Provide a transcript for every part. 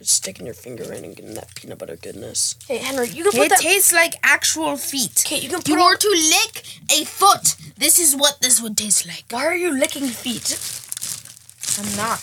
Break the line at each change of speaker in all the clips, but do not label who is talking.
sticking your finger in and getting that peanut butter goodness.
Hey, Henry, you can put
It
that.
tastes like actual feet.
okay, you can put.
You
all-
were to lick a foot. This is what this would taste like.
Why are you licking feet?
I'm not.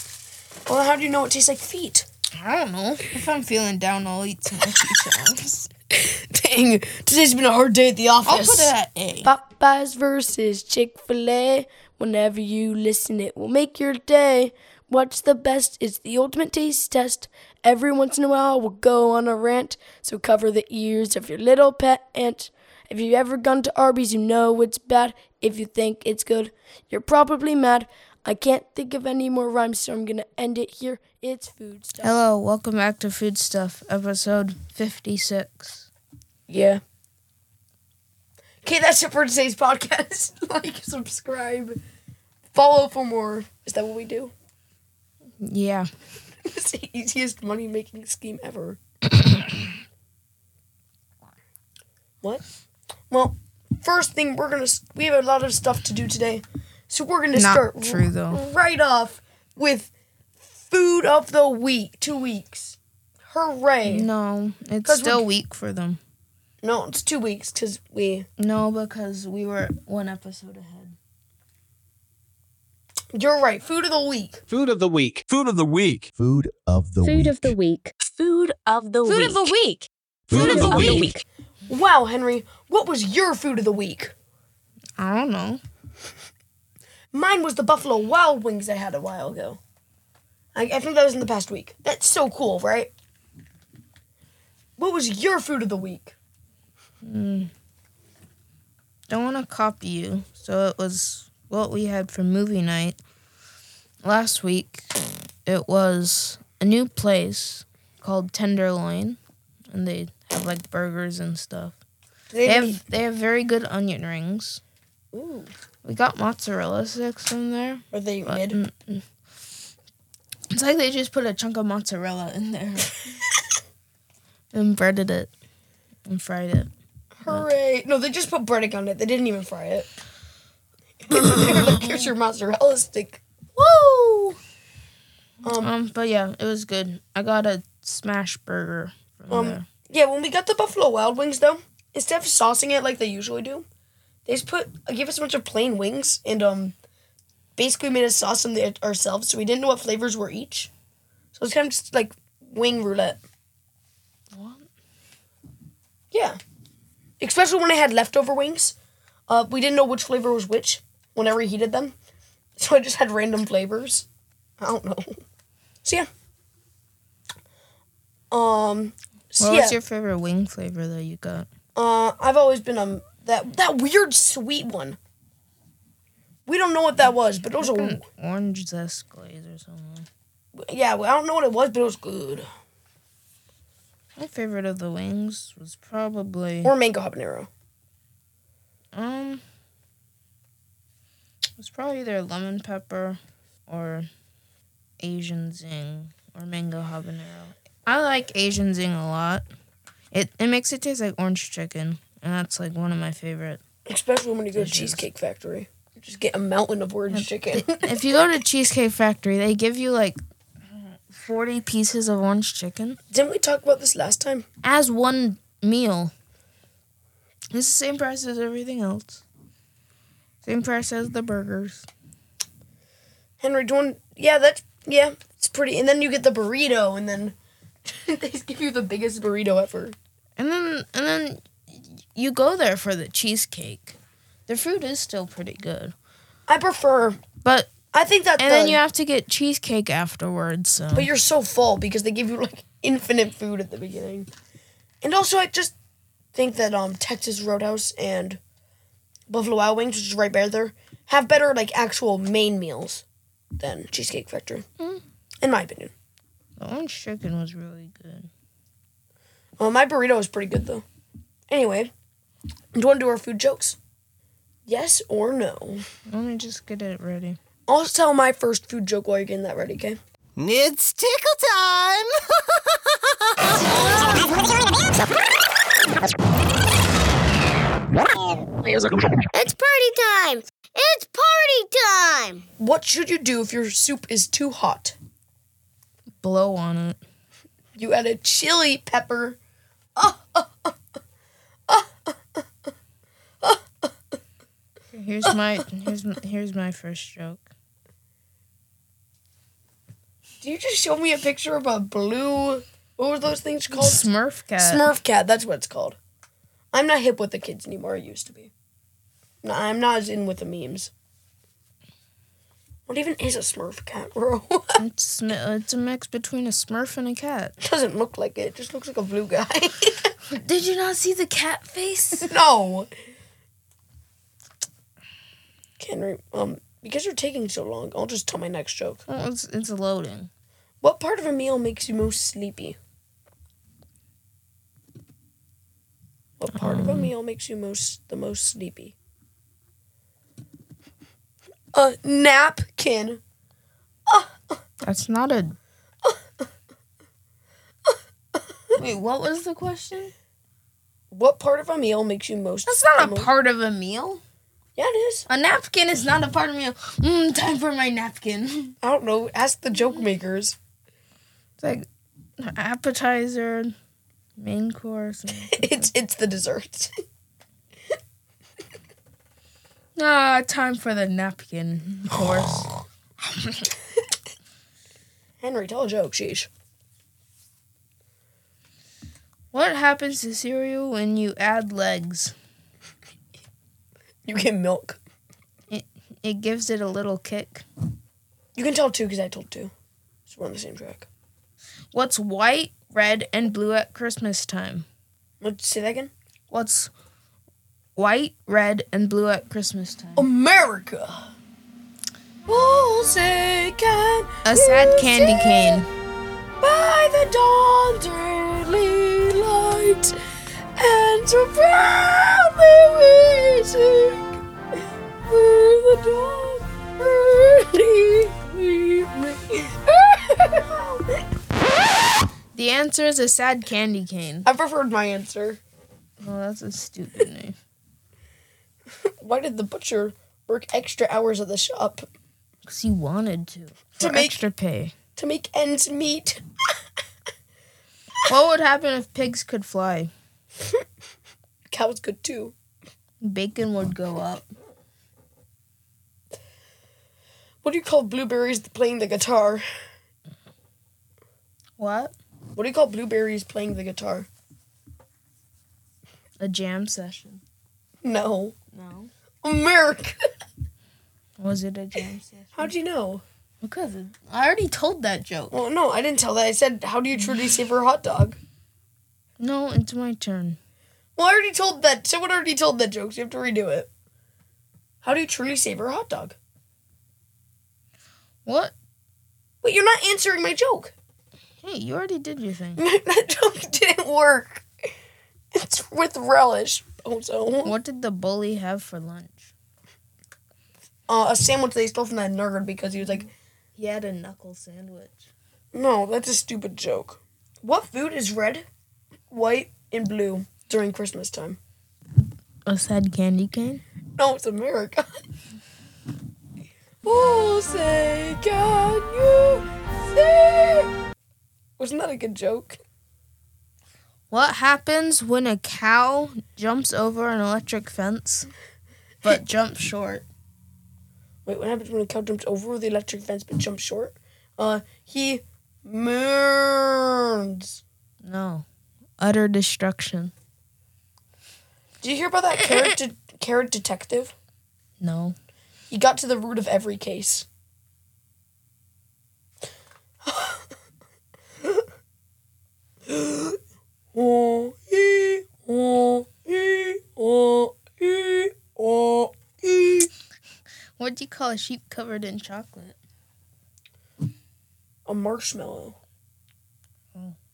Well, how do you know it tastes like feet?
I don't know. If I'm feeling down, I'll eat some feet.
Dang, today's been a hard day at the office.
I'll put it at A.
Popeyes versus Chick fil A. Whenever you listen, it will make your day. What's the best is the ultimate taste test. Every once in a while, we'll go on a rant, so cover the ears of your little pet ant. If you've ever gone to Arby's, you know it's bad. If you think it's good, you're probably mad. I can't think of any more rhymes, so I'm gonna end it here. It's food stuff.
Hello, welcome back to Food Stuff, episode 56.
Yeah. Okay, that's it for today's podcast. like, subscribe, follow for more. Is that what we do?
Yeah.
it's the easiest money making scheme ever. what? Well, first thing we're gonna s- we have a lot of stuff to do today, so we're gonna
Not
start
true,
r-
though.
right off with food of the week. Two weeks, hooray!
No, it's
'Cause we-
still weak for them.
No, it's two weeks because we
No, because we were one episode ahead.
you're right. Food of the week.
Food of the week. Food of the week.
Food of the
Food
week.
of the week.
Food of the
Food
week.
of the week.
Food of the week.
Wow, Henry, what was your food of the week?
I don't know.
Mine was the Buffalo Wild Wings I had a while ago. I, I think that was in the past week. That's so cool, right? What was your food of the week?
Don't want to copy you. So it was what we had for movie night last week. It was a new place called Tenderloin, and they have like burgers and stuff.
They
They
didn't
have they have very good onion rings.
eat- Ooh,
We got mozzarella sticks from there.
are they
but-
mid?
mm, mm. It's like they just put a chunk of mozzarella in there and breaded it and fried it.
Hooray! No, they just put breading on it. They didn't even fry it. Here's your mozzarella stick. Woo! Um,
Um, but yeah, it was good. I got a smash burger from
Um,
there.
yeah. When we got the Buffalo Wild Wings, though, instead of saucing it like they usually do, they just put gave us a bunch of plain wings and um, basically made us sauce them there ourselves. So we didn't know what flavors were each. So it's kind of just like wing roulette.
What?
Yeah. Especially when I had leftover wings, uh, we didn't know which flavor was which when I reheated them. So I just had random flavors. I don't know. So yeah. Um. so
What
yeah.
was your favorite wing flavor that you got?
Uh, I've always been um that that weird sweet one. We don't know what that was, but it was a
An orange zest glaze or something.
yeah. well, I don't know what it was, but it was good.
My favorite of the wings was probably
Or mango habanero.
um it was probably either lemon pepper or Asian zing or mango habanero. I like Asian zing a lot. It it makes it taste like orange chicken, and that's like one of my favorite.
Especially when you go to
Delicious.
Cheesecake Factory, you just get a mountain of orange chicken.
if you go to Cheesecake Factory, they give you like forty pieces of orange chicken.
Didn't we talk about this last time?
as one meal. It's the same price as everything else. Same price as the burgers.
Henry, do you want, yeah, that's yeah, it's pretty. And then you get the burrito, and then they give you the biggest burrito ever.
And then and then you go there for the cheesecake. The food is still pretty good.
I prefer.
But
I think that.
and then you have to get cheesecake afterwards, so
But you're so full because they give you like infinite food at the beginning. And also, I just think that um Texas Roadhouse and Buffalo Wild Wings, which is right by there, have better like actual main meals than Cheesecake Factory, in my opinion.
the orange chicken was really good.
Well, my burrito is pretty good though. Anyway, do you want to do our food jokes? Yes or no?
Let me just get it ready.
I'll tell my first food joke while you're getting that ready, okay?
It's tickle time. it's party time. It's party time.
What should you do if your soup is too hot?
Blow on it.
You add a chili pepper.
Here's my here's m- here's my first joke.
Do you just show me a picture of a blue? What were those things called?
Smurf cat.
Smurf cat. That's what it's called. I'm not hip with the kids anymore. I used to be. No, I'm not as in with the memes. What even is a Smurf cat, bro?
It's, sm- it's a mix between a Smurf and a cat.
Doesn't look like it. Just looks like a blue guy.
Did you not see the cat face?
no. Henry, um, because you're taking so long, I'll just tell my next joke.
Well, Oh, it's, it's loading.
What part of a meal makes you most sleepy? What part of a
Um.
meal makes you most the most sleepy? A napkin.
That's not a. Wait, what was the question?
What part of a meal makes you most?
That's not
the
a
most-
part of a meal.
Yeah, it is.
A napkin is not a part of a meal. Mm, time for my napkin.
I don't know. Ask the joke makers.
It's like appetizer, main course.
it's it's the dessert.
Ah, time for the napkin course.
Henry, tell a joke. Sheesh.
what happens to cereal when you add legs?
You get milk.
It gives it a little kick.
You can tell two because I told two. So we're on the same track.
What's white, red, and blue at Christmas time?
Let's say that again.
What's white, red, and blue at Christmas time?
America. We'll say can
A sad
you
candy
see
cane.
by the dawn's early light, and so proudly we sing through the dawn early evening.
The answer is a sad candy cane.
I preferred my answer.
Well, that's a stupid name.
Why did the butcher work extra hours at the shop
Because he wanted to. For
make-
extra pay.
to make ends meet?
What would happen if pigs could fly?
Cows could too.
Bacon would go up.
What do you call blueberries playing the guitar?
What?
What do you call blueberries playing the guitar?
A jam session.
No.
No.
America.
Was it a jam session?
How'd you know?
Because it- I already told that joke.
Well, no, I didn't tell that. I said, how do you truly savor a hot dog?
No, it's my turn.
Well, I already told that. Someone already told that joke, so you have to redo it. How do you truly savor a hot dog?
What?
Wait, you're not answering my joke.
Hey, you already did your thing.
that joke didn't work. It's with relish. Also,
What did the bully have for lunch?
uh, a sandwich they stole from that nerd because he was like,
He had a knuckle sandwich.
no, that's a stupid joke. What food is red, white, and blue during Christmas time?
A Oh, sad candy cane?
No, it's America. Who'll say, can you see? Wasn't that a good joke?
What happens when a cow jumps over an electric fence but jumps short?
Wait, what happens when a cow jumps over the electric fence but jumps short? Uh, he mourns.
No. Utter destruction.
Do you hear about that carrot, de- carrot detective?
No.
He got to the root of every case. oh, ee, oh, ee, oh, ee, oh, ee.
What do you call a sheep covered in chocolate?
A marshmallow.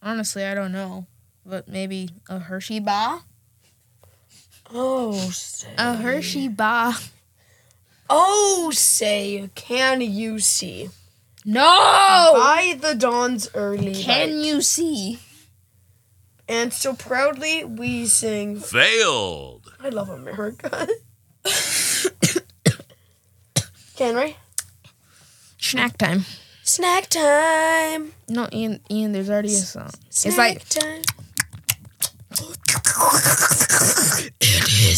Honestly, I don't know. But maybe a Hershey bar?
Oh, say.
A Hershey bar.
Oh, say, can you see?
No!
By the dawn's early
Can
light.
you see?
And so proudly we sing,
Failed.
I love America. Henry,
Snack time.
Snack time.
No, Ian, Ian, there's already a song.
Snack
It's like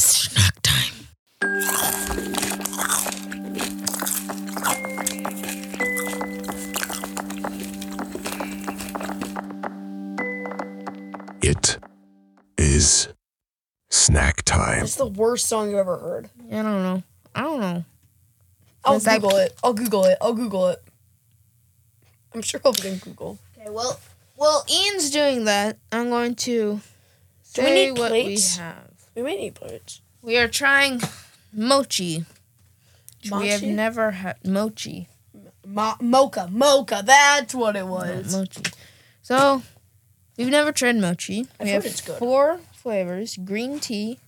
time.
It is snack time.
It's the worst song you've ever heard.
I don't know. I don't know.
I'll
Is that-
Google it. I'll Google it. I'll Google it. I'm sure I'll get Google.
Okay, well, well, Ian's doing that. I'm going to
Do we
say
need
what
plates?
we have.
We may need plates.
We are trying mochi. We have
Mochi?
never had mochi.
Mo- mocha, mocha. That's what it
Not
was.
mochi. So we've never tried mochi.
I've
we
heard
have
it's good.
four flavors: green tea,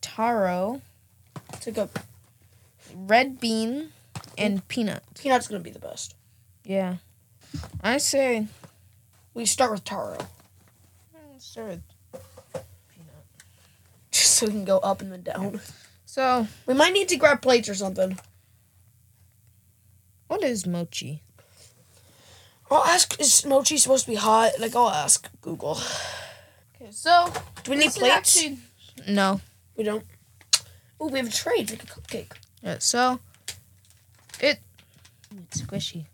taro,
It's like a
red bean, and
Mm.
peanut.
peanut's gonna be the best.
Yeah, I say
We start with taro, just so we can go up and then down.
So
We might need to grab plates or something.
what is mochi?
I'll ask. Is mochi supposed to be hot? Like I'll ask Google.
Okay, so
Do we need plates?
no.
we don't. Oh, we have a tray. It's like a cupcake.
Yeah, so it it's squishy.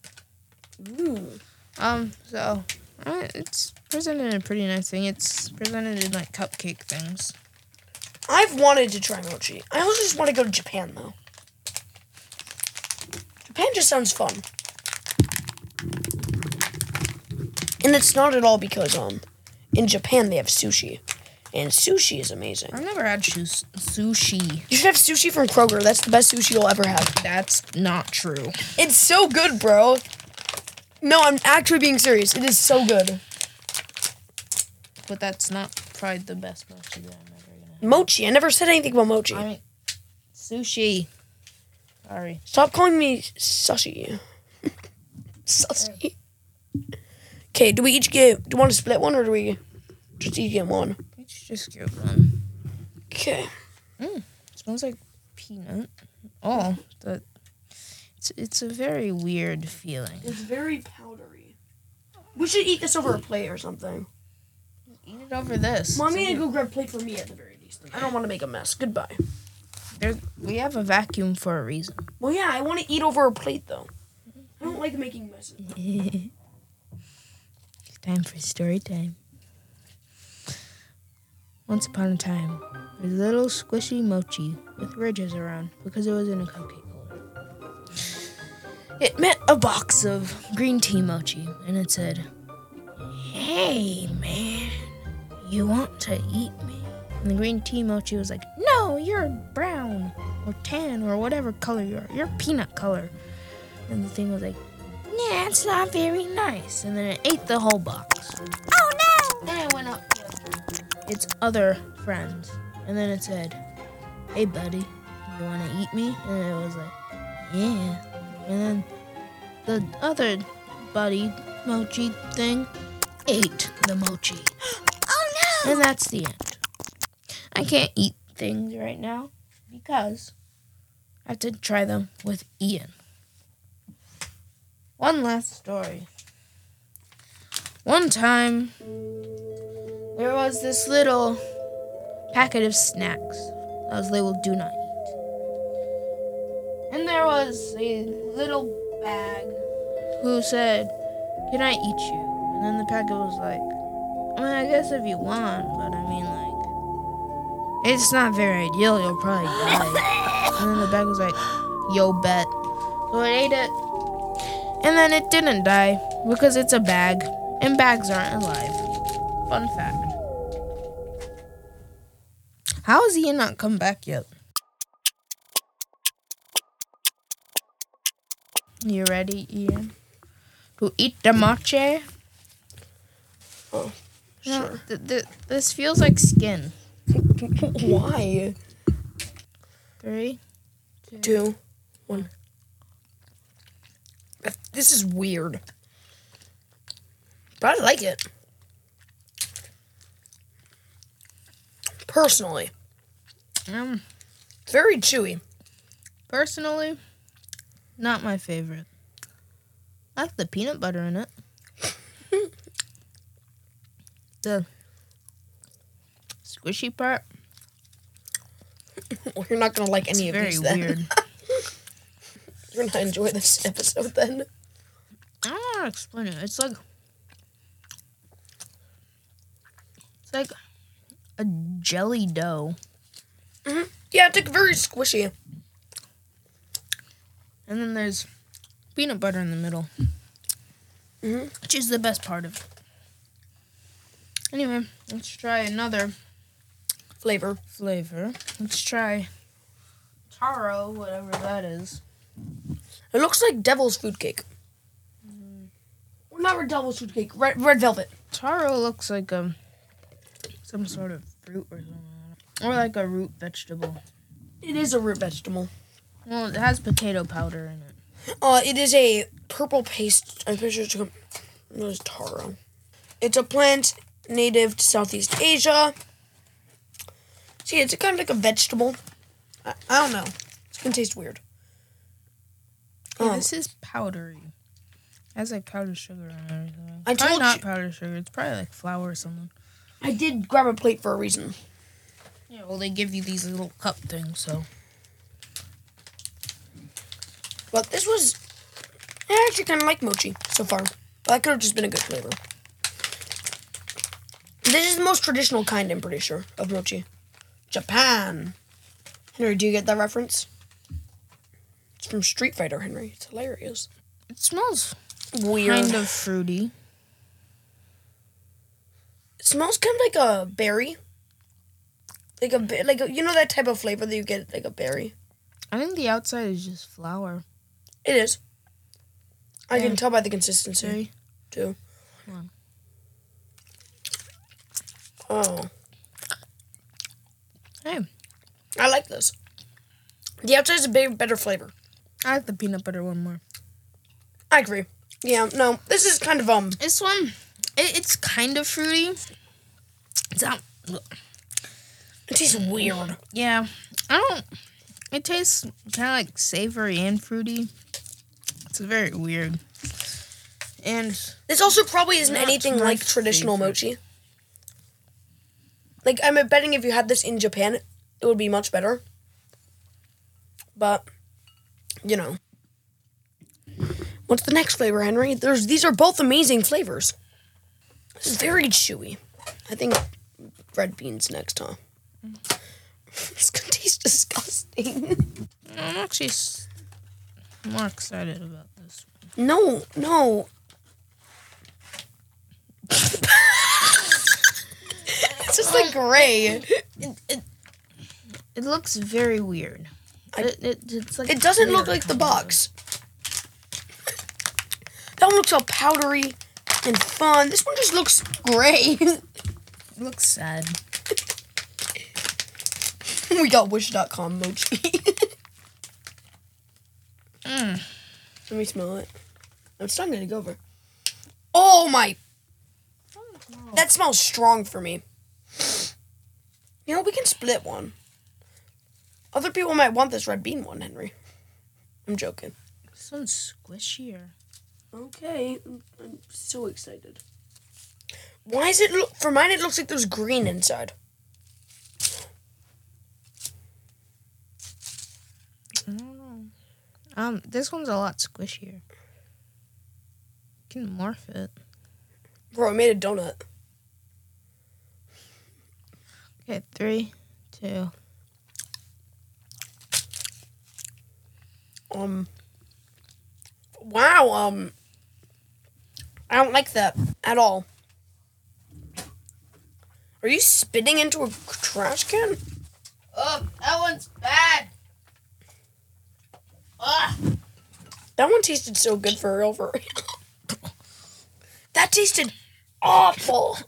Ooh.
Um, so uh, it's presented in a pretty nice thing. It's presented in like cupcake things.
I've wanted to try mochi. I also just want to go to Japan though. Japan just sounds fun. And it's not at all because um in Japan they have sushi. And sushi is amazing.
I've never had shus- sushi.
You should have sushi from Kroger. That's the best sushi you'll ever have.
That's not true.
It's so good, bro. No, I'm actually being serious. It is so good.
But that's not probably the best mochi that I'm ever gonna.
Mochi. I never said anything about mochi.
I mean, sushi. Sorry.
Stop calling me sushi. sushi. Okay, do we each get? Do you want to split one or do we just each get one?
Let's just get one.
Okay.
smells like peanut. Oh, that. It's, it's a very weird feeling.
It's very powdery. We should eat this over a plate or something.
Eat it over this.
Well, I'm gonna go grab a plate for me at the very least. I don't want to make a mess. Goodbye.
There, we have a vacuum for a reason.
Well, yeah, I want to eat over a plate though. I don't like making messes.
Time for story time. Once upon a time, there's a little squishy mochi with ridges around because it was in a cupcake holder. It met a box of green tea mochi and it said, Hey man, you want to eat me? And the green tea mochi was like, No, you're brown or tan or whatever color you are. You're peanut color. And the thing was like, yeah, it's not very nice. And then it ate the whole box. Oh no! Then it went up to its other friends. And then it said, Hey buddy, you wanna eat me? And it was like, Yeah. And then the other buddy mochi thing ate the mochi. Oh no! And that's the end. I can't eat things right now because I have to try them with Ian. One last story. One time, there was this little packet of snacks that was labeled "Do Not Eat," and there was a little bag who said, "Can I eat you?" And then the packet was like, "I mean, I guess if you want, but I mean, like, it's not very ideal. You'll probably die." and then the bag was like, "Yo, bet." So it ate it. And then it didn't die because it's a bag, and bags aren't alive. Fun fact. How has Ian not come back yet? You ready, Ian? To eat the mochi?
Oh,
No, th- th- this feels like skin.
Why?
Three.
Two, one. This is weird, but I like it. Personally,
Um,
it's very chewy.
personally, not my favorite. I like the peanut butter in it. the squishy part.
Well, you're not gonna like any
It's
of
very
these then.
weird.
You're gonna enjoy this episode then.
I don't know how to explain it. It's like it's like a jelly dough,
Yeah, it's like very squishy.
and then there's peanut butter in the middle,
Mhm.
which is the best part of it. Anyway, let's try another
Flavor.
flavor. Let's try taro, whatever that is.
It looks like devil's food cake.
Mm-hmm.
Well, not red devil's food cake. Red, red velvet.
Taro looks like um some sort of fruit or something, or like a root vegetable.
It is a root vegetable.
Well, it has potato powder in it.
Uh, it is a purple paste. I'm pretty sure it's a, it was taro. It's a plant native to Southeast Asia. See, it's kind of like a vegetable. I, I don't know. It's gonna taste weird.
Yeah,
Um,
this is powdery. It has like powdered sugar on it. or something.
I
probably
told
not
you-
powdered sugar. It's probably like flour or something.
I did grab a plate for a reason.
Yeah. Well, they give you these little cup things, so
But this was. I actually kind of like mochi so far. That could have just been a good flavor. This is the most traditional kind, I'm pretty sure, of mochi. Japan. Henry, do you get that reference? It's from Street Fighter, Henry. It's hilarious.
it smells
Weird.
kind of fruity.
It smells kind of like a berry. Like a be- like a, you know that type of flavor that you get like a berry.
I think the outside is just flour.
It is. I
Yeah.
can tell by the consistency.
Berry.
too.
One.
Oh,
Hey,
I like this. The outside is a bit better flavor.
I like the peanut butter one more.
I agree. Yeah, no, this is kind of um.
This one, it, it's kind of fruity. It's not.
It tastes weird.
Yeah, I don't. It tastes kind of like savory and fruity. It's very weird. And
This also probably isn't
Not
anything
my
like traditional
favorite.
mochi. Like I'm betting if you had this in Japan, it would be much better. But you know, what's the next flavor, Henry? There's these are both amazing flavors. This is very chewy. I think red beans next, huh? this could taste disgusting.
I'm actually s- more excited about this.
no, no. it's just like gray.
It looks very weird. it, it, it's like
It doesn't look
clear
like the
kind
box. That one looks all powdery and fun. This one just looks gray.
of. It looks sad.
we got wish.com mochi.
Mm.
Let me smell it. I'm starting to go over. Oh my. That smells strong for me. You know, we can split one. Other people might want this red bean one, Henry. I'm joking.
This one's squishier.
Okay, I'm, I'm so excited. Why is it look for mine? It looks like there's green inside.
I don't know. Um, this one's a lot squishier. You can morph it.
Bro, I made a donut.
Okay, three, two.
Um. Wow. Um. I don't like that at all. Are you spitting into a trash can?
Oh, that one's bad.
That one tasted so good for real. For real. that tasted awful.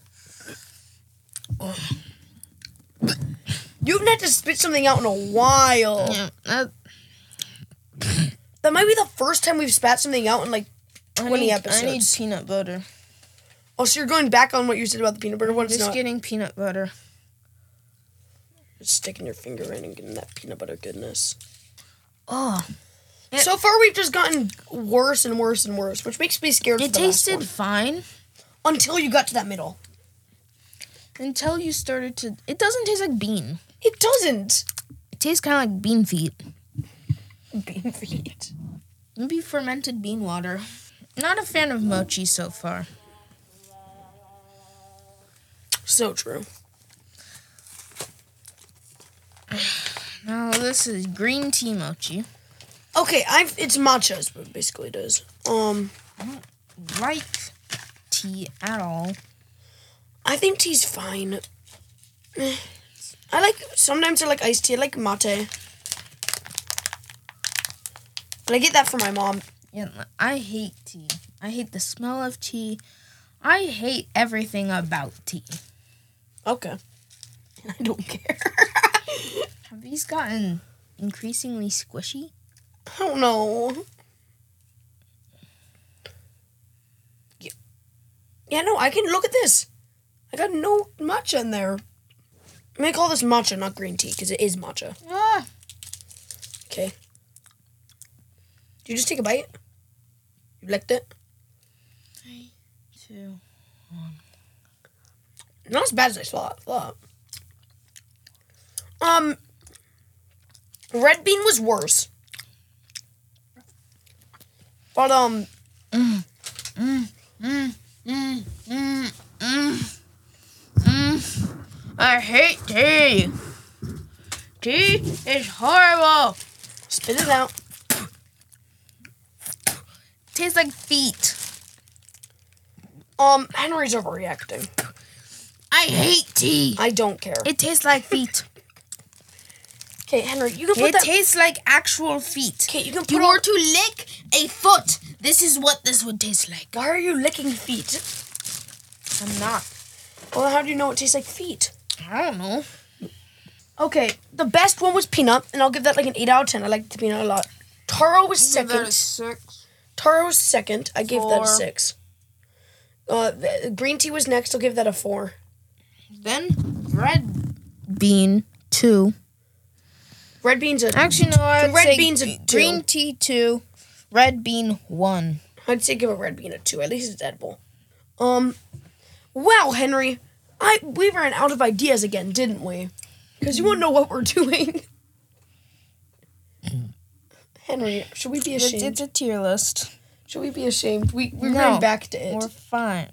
You haven't had to spit something out in a while.
Yeah, Mm, that,
That might be the first time we've spat something out in like.
I
20
need, I need
episodes.
peanut butter.
Oh, so you're going back on what you said about the peanut butter one? It's
Just
not.
getting peanut butter.
Just sticking your finger in and getting that peanut butter goodness.
Oh,
so far, we've just gotten worse and worse and worse, which makes me scared. for
It
the last
tasted
one.
fine
until you got to that middle.
until you started to. It doesn't taste like bean.
It doesn't.
It tastes kind of like bean feet.
Bean feet.
Maybe fermented bean water. Not a fan of mochi so far.
So true.
Now this is green tea mochi.
Okay, I've it's matcha is what basically it is. Um,
Like tea at all.
I think tea's fine. Eh. I like sometimes I like iced tea. I like mate. But I get that from my mom.
Yeah, I hate tea. I hate the smell of tea. I hate everything about tea.
Okay. I don't care.
Have these gotten increasingly squishy?
I don't know. Yeah. Yeah, no, I can look at this. I got no matcha in there. I'm gonna call this matcha, not green tea, because it is matcha.
Ah,
Okay. Did you just take a bite? You licked it?
two.
Not as bad as I thought. thought. Um, red bean was worse. But um,
I hate tea. Tea is horrible.
spit it out.
Tastes like feet.
Um, Henry's overreacting.
I hate tea.
I don't care.
It tastes like feet.
Okay, Henry, you can put
it
that.
tastes like actual feet.
okay, you can put.
You
all-
were to lick a foot. This is what this would taste like.
Why are you licking feet?
I'm not.
Well, how do you know it tastes like feet?
I don't know.
Okay, the best one was peanut, and I'll give that like an eight out of ten. I like the peanut a lot. Taro was second.
six.
Taro was second. I gave that a
Four.
six. Uh, the, green tea was next. I'll give that a four.
Then red bean two.
Red beans a
Actually, no. I'd
red
say
beans a
green
two.
tea two, red bean one.
I'd say give a red bean a two. At least it's edible. Um, wow, Henry, I we ran out of ideas again, didn't we? Because you want to know what we're doing. Henry, should we be
It's,
ashamed?
it's a tier list.
Should we be ashamed? We we
No,
ran back to
We're
it.
fine.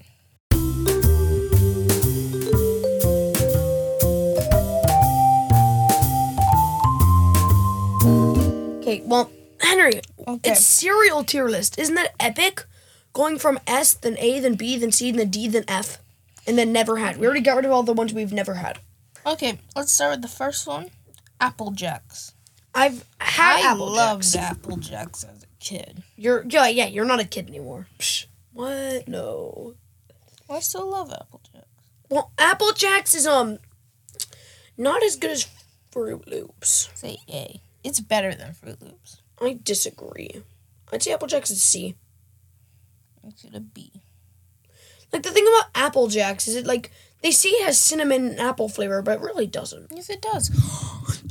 Okay, well, Henry,
Okay.
it's serial tier list. Isn't that epic? Going from S, then A, then B, then C, then D, then F, and then never had. We already got rid of all the ones we've never had.
Okay, let's start with the first one. Apple Jacks.
I've had
I
Apple
loved
Jacks.
Apple Jacks as a kid.
You're yeah yeah. You're not a kid anymore. Psh, what? No.
I still love Apple Jacks.
Well, Apple Jacks is um not as good as Fruit Loops.
Say A. It's better than Fruit Loops.
I disagree. I'd say Apple Jacks is C.
Makes it a B.
Like the thing about Apple Jacks is it like they say it has cinnamon and apple flavor, but it really doesn't.
Yes, it does.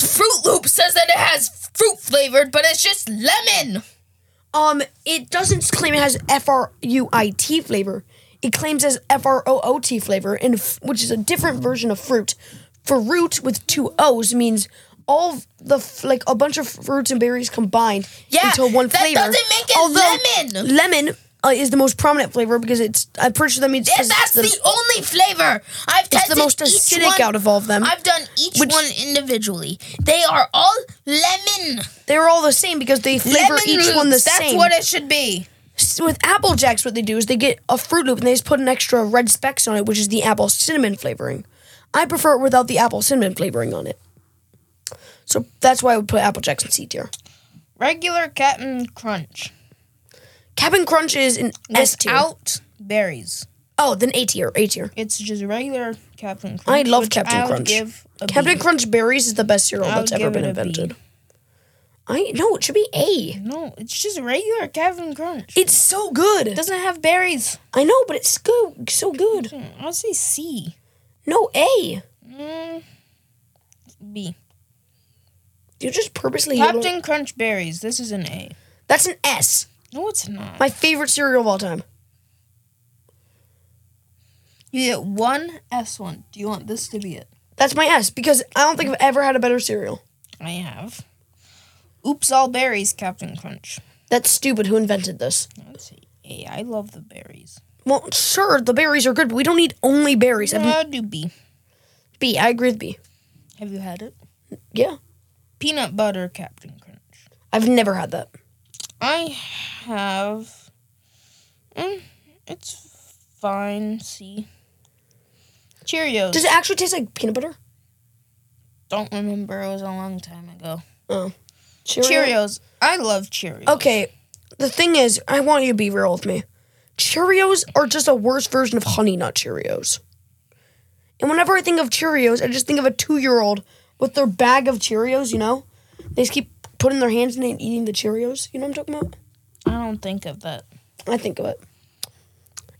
Fruit Loop says that it has fruit flavored, but it's just lemon.
Um, it doesn't claim it has F R U I T flavor. It claims as F R O O T flavor, and f- which is a different version of fruit. Fruit with two O's means all of the f- like a bunch of fruits and berries combined
Yeah,
into one
that
flavor.
doesn't make it lemon.
Lemon uh, is the most prominent flavor because it's. I'm pretty sure that means
Yes, that's the, only flavor. I've
it's
tested
the most
each
acidic
one.
out of all of them.
I've done each
Which-
one individually. They are all lemon.
They're all the same because they flavor
lemon
each
roots.
one the
That's
same.
what it should be.
S- with Apple Jacks, what they do is they get a Fruit Loop and they just put an extra red specks on it, which is the apple cinnamon flavoring. I prefer it without the apple cinnamon flavoring on it. So that's why I would put Apple Jacks in C tier.
Regular Captain Crunch
Cap'n Crunch is an S tier.
without berries.
Oh, then A tier, A tier.
It's just regular Captain
I
Crunch.
love
which
Captain
I would
Crunch.
Give a
Captain
B.
Crunch berries is the best cereal
I would
that's ever
give
been
it a B.
invented. I no, it should be A.
No, it's just regular Captain Crunch.
It's so good.
doesn't have berries.
I know, but it's good, so good.
I'll say C.
No A.
Mm, B.
You just purposely.
Captain Crunch Berries. This is an A.
That's an S.
No, it's not.
My favorite cereal of all time.
You get one S one. Do you want this to be it?
That's my S because I don't think I've ever had a better cereal.
I have. Oops, all berries, Captain Crunch.
That's stupid. Who invented this?
That's an A. I love the berries.
Well, sure, the berries are good, but we don't need only berries.
No,
I
I'll do B.
B. I agree with B.
Have you had it?
Yeah,
Peanut butter, Captain Crunch.
I've never had that.
I have. Mm, it's fine. C. Cheerios.
Does it actually taste like peanut butter?
Don't remember. It was a long time ago.
Cheerio.
Cheerios. I love Cheerios.
Okay, the thing is, I want you to be real with me. Cheerios are just a worse version of Honey Nut Cheerios. And whenever I think of Cheerios, I just think of a two-year-old with their bag of Cheerios. You know, they just keep putting their hands in it and eating the Cheerios. You know what I'm talking about?
I don't think of that.
I think of it.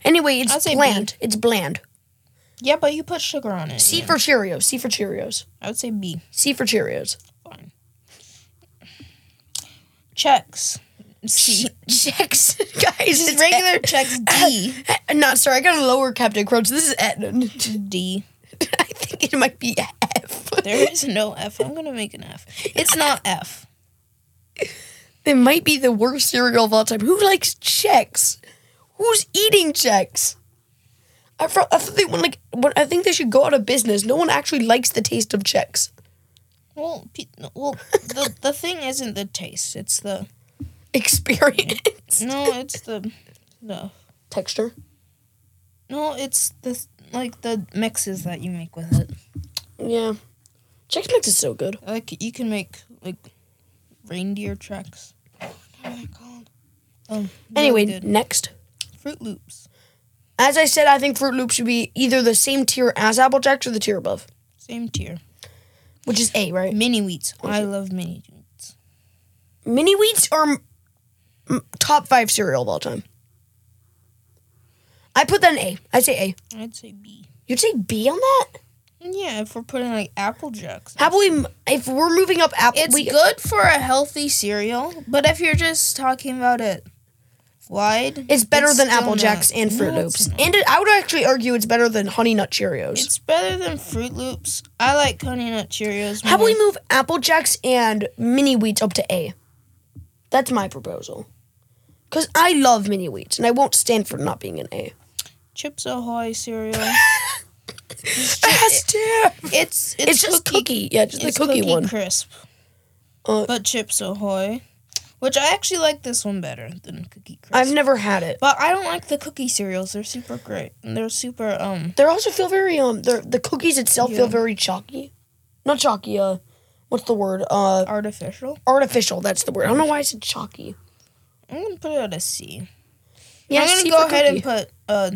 Anyway,
I'll
it's
say B.
bland. It's bland.
Yeah, but you put sugar on it.
C
Ian.
for Cheerios. C for Cheerios.
I would say B.
C for Cheerios.
Fine. Checks. C.
Checks, guys.
Just
it's e-
regular
Ed-
checks. D.
Uh, Not sorry. I got a lower Captain Crunch. This is Edmund.
D.
I think it might be F.
There is no F. I'm gonna make an F. It's not F.
It might be the worst cereal of all time. Who likes Chex? Who's eating Chex? I thought, I thought they went like. But I think they should go out of business. No one actually likes the taste of Chex.
Well, pe- no, well, the the thing isn't the taste. It's the
Experience.
no. It's the the
Texture.
no. It's the like the mixes that you make with it.
Yeah. Chex Mix is so good.
Like you can make like reindeer tracks. What are they called? Um, really
Anyway,
good.
next.
Fruit Loops,
As I said, I think Fruit Loops should be either the same tier as Apple Jacks or the tier above,
same tier.
which is A, right?
Mini wheats. I love mini wheats.
Mini Wheats are m- m- top five cereal of all time. I put that in A. I say A.
I'd say B.
You'd say B on that?
Yeah, if we're putting like apple jacks.
How about we, m- if we're moving up Apple,
It's
we,
good for a healthy cereal, but if you're just talking about it wide,
it's better than
still
Apple
not-
Jacks and Fruit
No, it's
Loops.
not.
And it, I would actually argue it's better than Honey Nut Cheerios.
It's better than Fruit Loops. I like Honey Nut Cheerios.
How about
more.
we move Apple Jacks and Mini Wheats up to A? That's my proposal. Because I love Mini Wheats, and I won't stand for not being an A.
Chips Ahoy cereal?
it's,
it's, it's
just cookie. Yeah, just
It's
the cookie, one.
crisp.
Uh,
but Chips Ahoy, which I actually like this one better than Cookie Crisp.
I've never had it.
but I don't like the cookie cereals. They're super great. And they're super um
They also feel very um. they're- The cookies itself feel very chalky, not chalky. Uh, what's the word? Uh,
artificial.
artificial. That's the word. I don't know why I said chalky.
I'm gonna put it at a C.
Yeah,
I'm gonna
C
go
for
ahead
cookie.
and put uh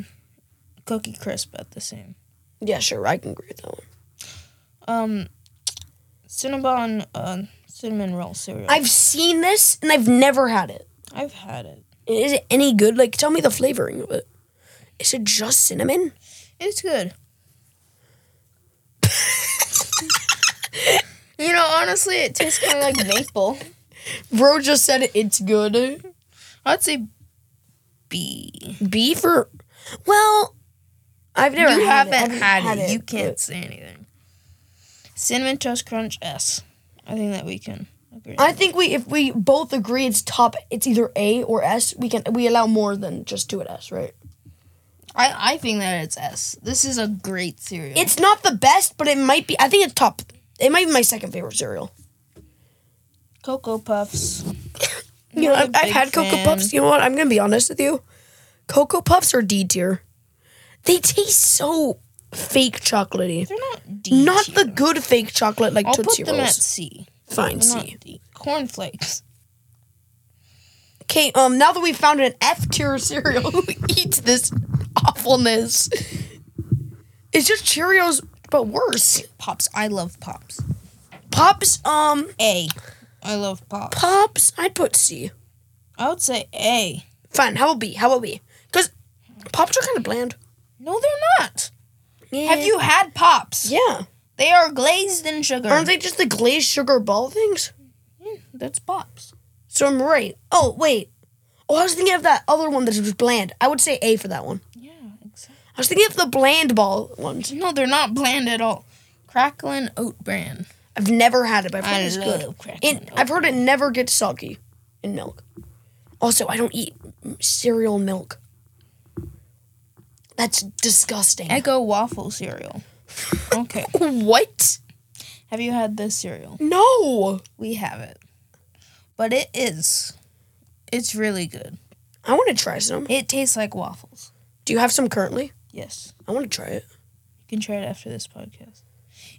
Cookie Crisp at the same.
Yeah, sure. I can agree with that one.
Um, Cinnabon uh, cinnamon roll cereal. I've,
I've seen this and I've never had it.
had it.
Is it any good? Like, tell me the flavoring of it. Is it just cinnamon?
It's good. you know, honestly, it tastes kind of like maple.
Bro just said it's good.
I'd say B.
Beef or well, I've never.
You
had it.
haven't
I
had, it. You can't say anything. Cinnamon toast crunch S. I think that we can agree.
I think we, if we both agree, it's top. It's either A or S. We can we allow more than just two at S, right?
I, I think that it's S. This is a great cereal.
It's not the best, but it might be. I think it's top. It might be my second favorite cereal.
Cocoa Puffs.
You know,
Not a
I've, I've
big
had Cocoa
fan.
Puffs. You know what? I'm gonna be honest with you. Cocoa Puffs are D tier. They taste so fake chocolatey.
They're not D.
Not
tier.
the good fake chocolate like
I'll
Tootsie
put them at
Rolls.
C.
Fine,
They're not
C.
D. Cornflakes.
Okay, um, now that we've found an F tier cereal who eats this awfulness, it's just Cheerios but worse.
Pops. I love Pops.
Pops, um,
A. I love Pops.
Pops, I'd put C.
I would say A.
Fine, how about B? How about B? Because Pops are kind of bland.
No, they're not.
Yeah.
Have you had Pops?
Yeah.
They are glazed in sugar.
Aren't they just the glazed sugar ball things?
That's Pops.
So I'm right. Oh, wait. Oh, I was thinking of that other one that was bland. I would say A for that one.
Yeah, exactly.
I was thinking of the bland ball ones.
No, they're not bland at all. Cracklin Oat Bran.
I've never had it, but I've heard
I
it's
love
good.
Kraken
It, I've heard it never gets soggy in milk. Also, I don't eat cereal milk. That's disgusting.
Eggo waffle cereal. Okay.
what?
Have you had this cereal?
No.
We have it. But it is. It's really good.
I want to try some.
It tastes like waffles.
Do you have some currently?
Yes.
I want to try it.
You can try it after this podcast.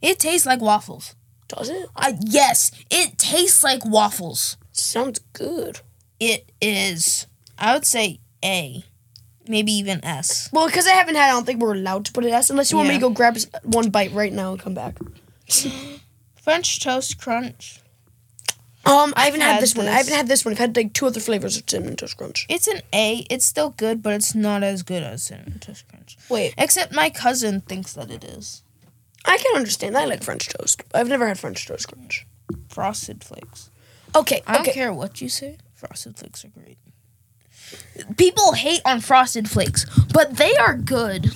It tastes like waffles.
Does it?
Uh, yes, it tastes like waffles.
Sounds good.
It is. I would say A, maybe even S.
Well, because I haven't had, it, I don't think we're allowed to put it as unless you want me
Yeah.
to go grab s- one bite right now and come back.
French toast crunch.
Um, I haven't had,
had
this, one. I
this.
haven't had this one. I've had like two other flavors of cinnamon toast crunch.
It's an A. It's still good, but it's not as good as cinnamon toast crunch.
Wait,
Except my cousin thinks that it is
I can understand. I like French toast. I've never had French toast crunch.
frosted flakes.
Okay,
I don't
okay.
care what you say. Frosted flakes are great. People hate on frosted flakes, but they are good,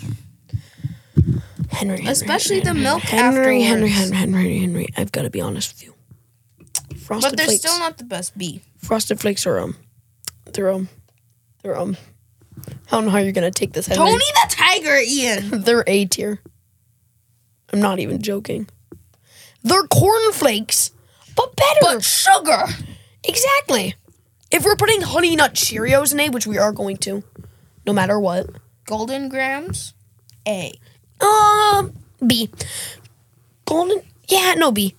Henry, Henry,
especially the milk
Henry,
afterwards.
Henry, Henry, Henry, Henry. I've got to be honest with you. Frosted
But they're
flakes.
still not the best B.
Frosted flakes are um, they're um, they're um. I don't know how you're gonna take this. Henry.
Tony the Tiger, Ian.
They're A tier. I'm not even joking. They're cornflakes, but better.
But sugar.
exactly. If we're putting Honey Nut Cheerios in A, which we are going to, no matter what.
Golden grams. A.
Um, B. Golden. Yeah, no B.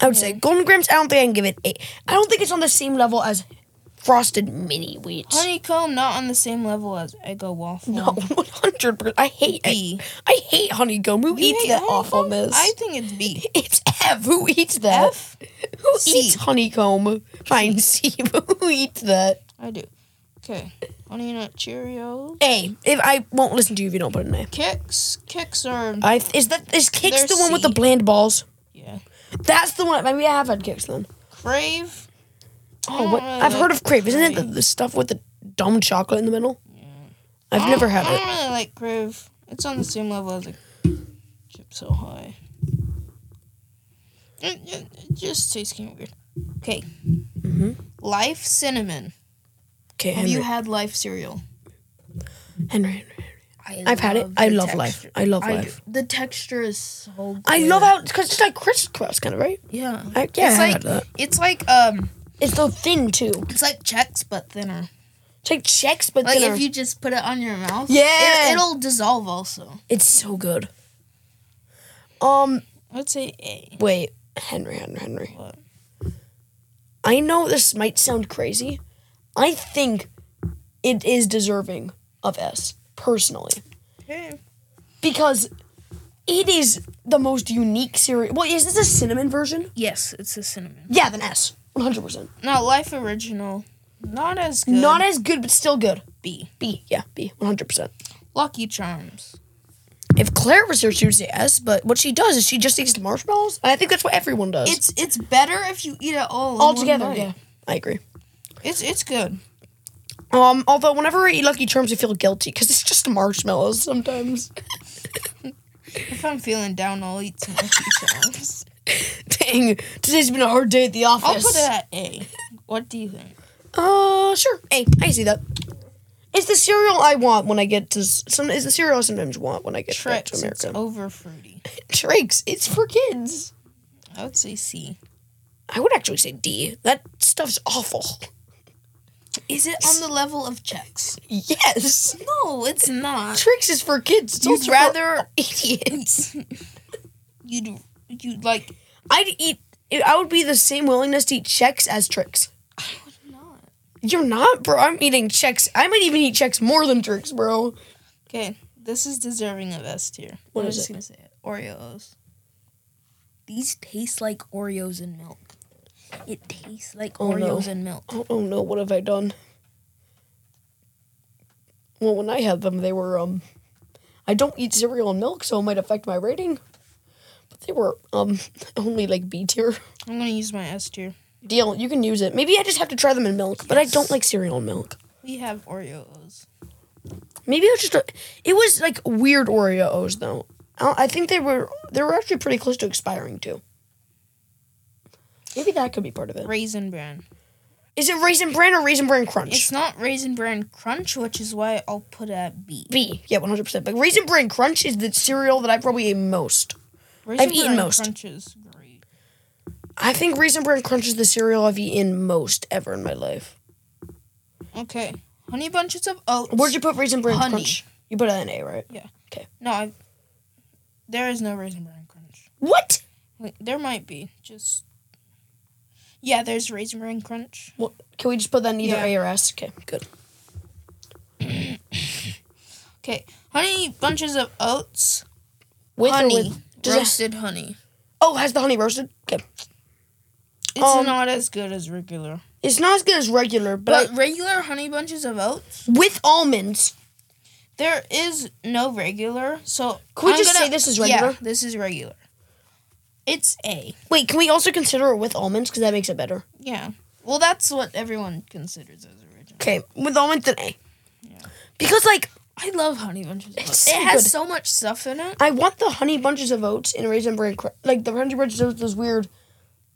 I would say Golden Grams. I don't think I can give it A. I don't think it's on the same level as Frosted Mini Wheats.
Honeycomb not on the same level as Eggo waffle.
No, one hundred percent. I hate
B.
it. I hate honeycomb. Who
You
eats
hate
that
honeycomb?
awfulness?
I think it's B.
It's F. Who eats that?
F?
Who
C.
eats honeycomb? Fine, C. But who eats that?
I do. Okay. Honey Nut Cheerios.
A. If I won't listen to you if you don't put an A.
Kicks. Kicks are.
I is that is kicks
They're
the one with the
C.
bland balls?
Yeah.
That's the one. Maybe I have had kicks then.
Crave.
Oh, what? I've heard of crepe. Isn't it the, the stuff with the dumb chocolate in the middle? I've never had
I
it.
don't really like Crave. It's on the same level as like Chip So High. It, it, it just tastes kind of weird. Okay.
Mm-hmm.
Life cinnamon.
Okay,
Have
Henry,
you had Life cereal?
Henry, Henry.
I
I've had it. I love Life. I love Life.
The texture is so good.
I love how because it's like crisp crust, kind of right.
Yeah.
I, yeah,
it's
I
like
had that.
it's like um
It's so thin too.
it's like Chex but thinner.
It's like checks, but
Like
thinner.
if you just put it on your mouth,
Yeah.
it, it'll dissolve also.
it's so good. Um,
I'd say A.
wait, Henry, Henry, Henry.
What?
I know this might sound crazy. I think it is deserving of S personally.
Okay.
because it is the most unique cereal. Well, is this a cinnamon version?
Yes, it's the cinnamon.
Yeah, then S. 100%.
Now Life Original. Not as good.
Not as good, but still good.
B.
B. Yeah, B. 100%.
Lucky Charms.
If Claire was here, she would say S, but what she does is she just eats the marshmallows. And I think that's what everyone does.
It's it's better if you eat it all in
all
one
together.
bite.
Yeah, I agree.
It's it's good.
Um, although whenever I eat Lucky Charms, I feel guilty because it's just marshmallows sometimes.
If I'm feeling down, I'll eat some Lucky Charms.
Dang, today's been a hard day at the office.
I'll put it at A. What do you think?
Uh, sure. Hey, I see that. It's the cereal I want when I get to s- some. It's the cereal I sometimes want when I get back
Tricks.
to
It's
America.
over fruity.
Tricks. It's for kids.
I would say C.
I would actually say D. That stuff's awful.
Is it on the level of checks?
Yes.
No, it's not.
Tricks is for kids. It's
You'd
also for
rather-
idiots.
You'd you'd like
I'd eat. I would be the same willingness to eat checks as tricks.
not.
You're not, bro. I'm eating checks. I might even eat checks more than tricks, bro.
Okay, this is deserving of S tier.
What
I'm
is
just
it?
gonna say it. Oreos. These taste like Oreos and milk. It tastes like
Oh, no.
Oreos and milk.
Oh, oh no, what have I done? Well, when I had them, they were um, I don't eat cereal and milk, so it might affect my rating. But they were um only like B tier.
I'm gonna use my S tier.
Deal. You can use it. Maybe I just have to try them in milk, but I don't like cereal in milk.
We have Oreos.
Maybe I'll just. uh, It was like weird Oreos though. I, don't- I think they were they were actually pretty close to expiring too. Maybe that could be part of it.
Raisin Bran.
Is it raisin bran or raisin bran crunch?
It's not Raisin Bran Crunch, which is why I'll put a B.
B. Yeah, one hundred percent. But raisin bran crunch is the cereal that I probably ate most.
Raisin
I've eaten
Bran
most.
Crunch is great.
I think raisin bran crunch is the cereal I've eaten most ever in my life.
Okay. Honey bunches of oats.
Where'd you put raisin bran
Honey.
crunch? You put it in A, right?
No, I. There is no Raisin Bran Crunch.
What?
Wait, there might be. Just. Yeah, there's Raisin Bran Crunch.
Well, can we just put that in either
Yeah.
A or S? Okay, good.
Okay. Honey bunches of oats.
With or
honey.
with- does it-
roasted honey.
oh, has the honey roasted? Okay.
It's
Um,
not as good as regular.
It's not as good as regular,
But
but I-
regular honey bunches of oats,
with almonds.
there is no regular. So
Could we
I'm
just
gonna-
say this is
Yeah,
regular?
this is regular. It's A.
Wait, can we also consider it with almonds? Because that makes it better.
Yeah. Well, that's what everyone considers as original.
Okay, with almonds and A. Because, like,
I love honey bunches of oats.
so
it has
good.
so much stuff in it.
I want the honey bunches of oats and raisin bran. Cr- like, the honey bunches of oats, those weird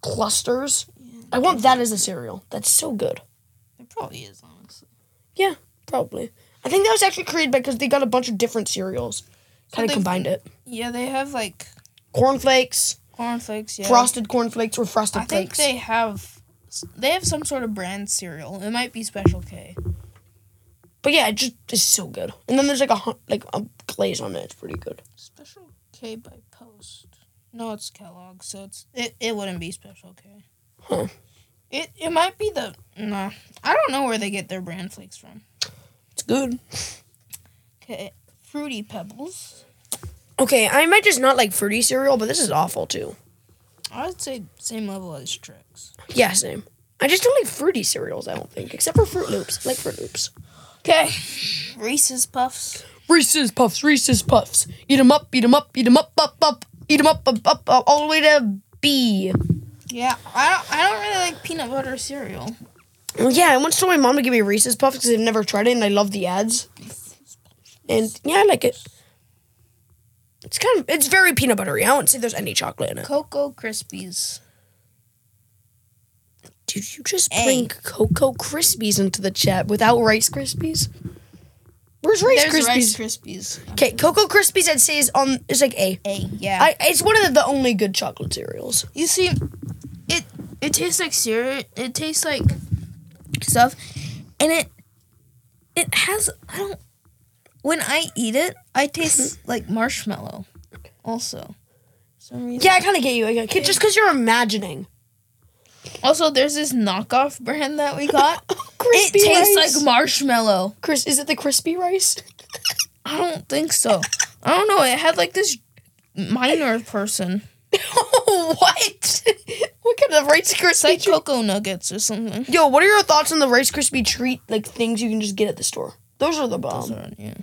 clusters. I want that as a cereal. That's so good.
It probably is, honestly.
Yeah, probably. I think that was actually created because they got a bunch of different cereals, kind of
they-
combined it.
Yeah, they have like
Cornflakes,
cornflakes. Yeah.
frosted cornflakes, or frosted
I think
flakes.
they have they have some sort of brand cereal. It might be Special K.
but yeah, it just is so good. And then there's like a hun- like a glaze on it. It's pretty good.
Special K by Post. No, it's Kellogg, so it's it, it wouldn't be Special K.
Huh.
It it might be the nah. I don't know where they get their brand flakes from.
It's good.
Okay, Fruity Pebbles.
Okay, I might just not like fruity cereal, but this is awful too.
I would say same level as Trix.
Yeah, same. I just don't like fruity cereals. I don't think, except for Fruit Loops. I like Fruit Loops.
Okay, Reese's Puffs.
Reese's Puffs, Reese's Puffs. Eat 'em up, eat 'em up, eat 'em up, up, up, eat 'em up, up, up, up, all the way to B.
Yeah, I don't, I don't really like peanut butter cereal.
Well, yeah, I once told my mom to give me Reese's Puffs because I've never tried it and I love the ads. And yeah, I like it. It's kind of, it's very peanut buttery. I wouldn't say there's any chocolate in it.
Cocoa Krispies.
Did you just bring Cocoa Krispies into the chat without Rice Krispies? Where's Rice
There's Rice
Krispies?
Krispies.
Okay, Cocoa Krispies I'd say is on, is like A.
A, yeah.
I, it's one of the, the only good chocolate cereals.
You see, it it tastes like cereal. It tastes like stuff, and it it has. I don't. When I eat it, I taste like marshmallow. Also, some reason.
Yeah, I kind of get you. I get- Just because you're imagining.
Also, there's this knockoff brand that we got. it
Crispy
tastes
rice.
like marshmallow.
Chris, is it the crispy rice?
I don't think so. I don't know. It had like this minor person.
what? what kind of Rice
It's
Krispie
like
treat?
cocoa nuggets or something.
Yo, what are your thoughts on the Rice Krispie treat, like things you can just get at the store? Those are the bomb.
Those are- yeah.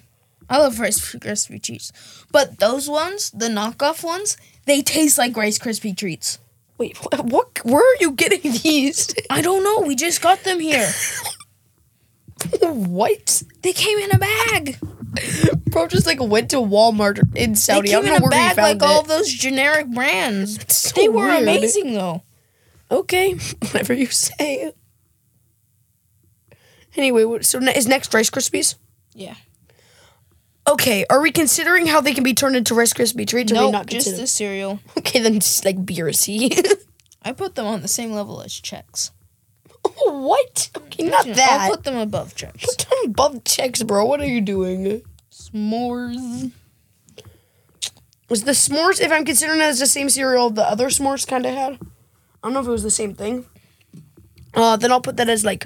I love Rice Krispie treats, but those ones, the knockoff ones, they taste like Rice Krispie treats.
Wait, what, what? Where are you getting these?
I don't know. We just got them here.
what?
They came in a bag.
Bro just like went to Walmart in
They
Saudi. I don't
came in
know
a
where he
bag like
found
all
it.
those generic brands.
So
they were
weird.
amazing though.
Okay, whatever you say. Anyway, what- so ne- is next Rice Krispies?
Yeah.
Okay, are we considering how they can be turned into Rice Krispie treats? Or are
No,
we not
just
considering?
the cereal.
Okay, then just like beer C.
I put them on the same level as checks.
what? Okay, not that.
I'll put them above checks.
Put them above checks, bro. What are you doing?
S'mores.
Was the s'mores, if I'm considering it as the same cereal the other s'mores kind of had? I don't know if it was the same thing. Uh, then I'll put that as like,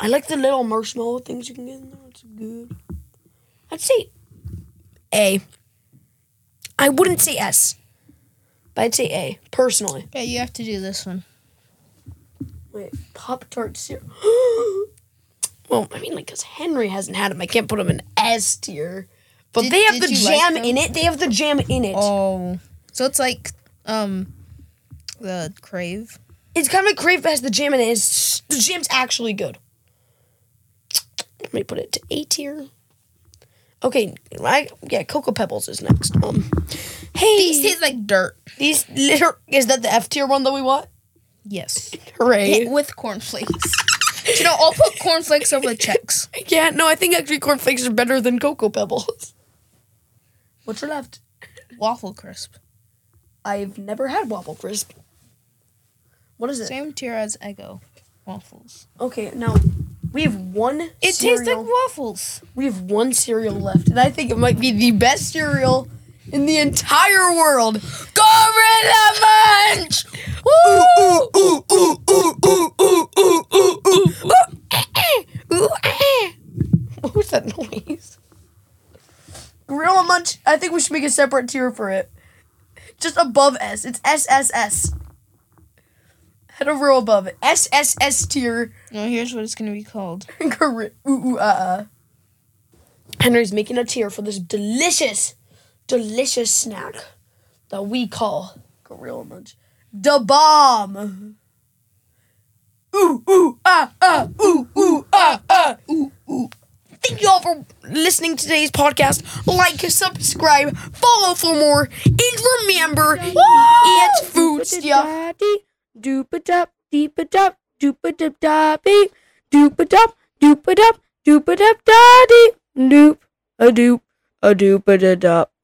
I like the little marshmallow things you can get in there. It's good. I'd say A. I wouldn't say S, but I'd say A personally.
Okay, you have to do this one.
Wait, Pop Tart cereal. well, I mean, like, because Henry hasn't had them, I can't put them in S tier. But
Did-
they have
did
the
you like
jam
them?
in it. They have the jam in it.
Oh, so it's like um the crave.
It's kind of like Crave has the jam, and it's the jam's actually good. Let me put it to A tier. Okay, I, yeah, Cocoa Pebbles is next. Um, hey,
These taste like dirt.
these liter- is that the F tier one that we want?
Yes.
Hooray!
With cornflakes. Do you know, I'll put cornflakes over the checks.
Yeah, no, I think actually cornflakes are better than Cocoa Pebbles. What's your left?
Waffle crisp.
I've never had Wobble Crisp. What is it?
Same tier as Eggo waffles.
Okay, no. We have one
It
cereal.
tastes like waffles.
we have one cereal left, and I think it might be the best cereal in the entire world. Gorilla Munch! Ooh, ooh, ooh, ooh, ooh, ooh, ooh, ooh, ooh, ooh, ooh, eh, eh, ooh, eh, eh. What was that noise? Gorilla Munch, I think we should make a separate tier for it. Just above S. It's SSS. Head over above it. SSS tier.
No, here's what it's gonna be called.
Gor- ooh, ooh, uh, uh. Henry's making a tear for this delicious, delicious snack that we call Gorilla Munch. Da bomb. Ooh, ooh, ah, ah, ooh, ooh, ah, ah, ooh, ooh. Thank you all for listening to today's podcast. Like, subscribe, follow for more, and remember, it's food stuff.
Doop a dup, deep a dup, doop a dup doppy, doop a dup, doop a dup, doop a dup daddy, doop a doop, a doop a da dup.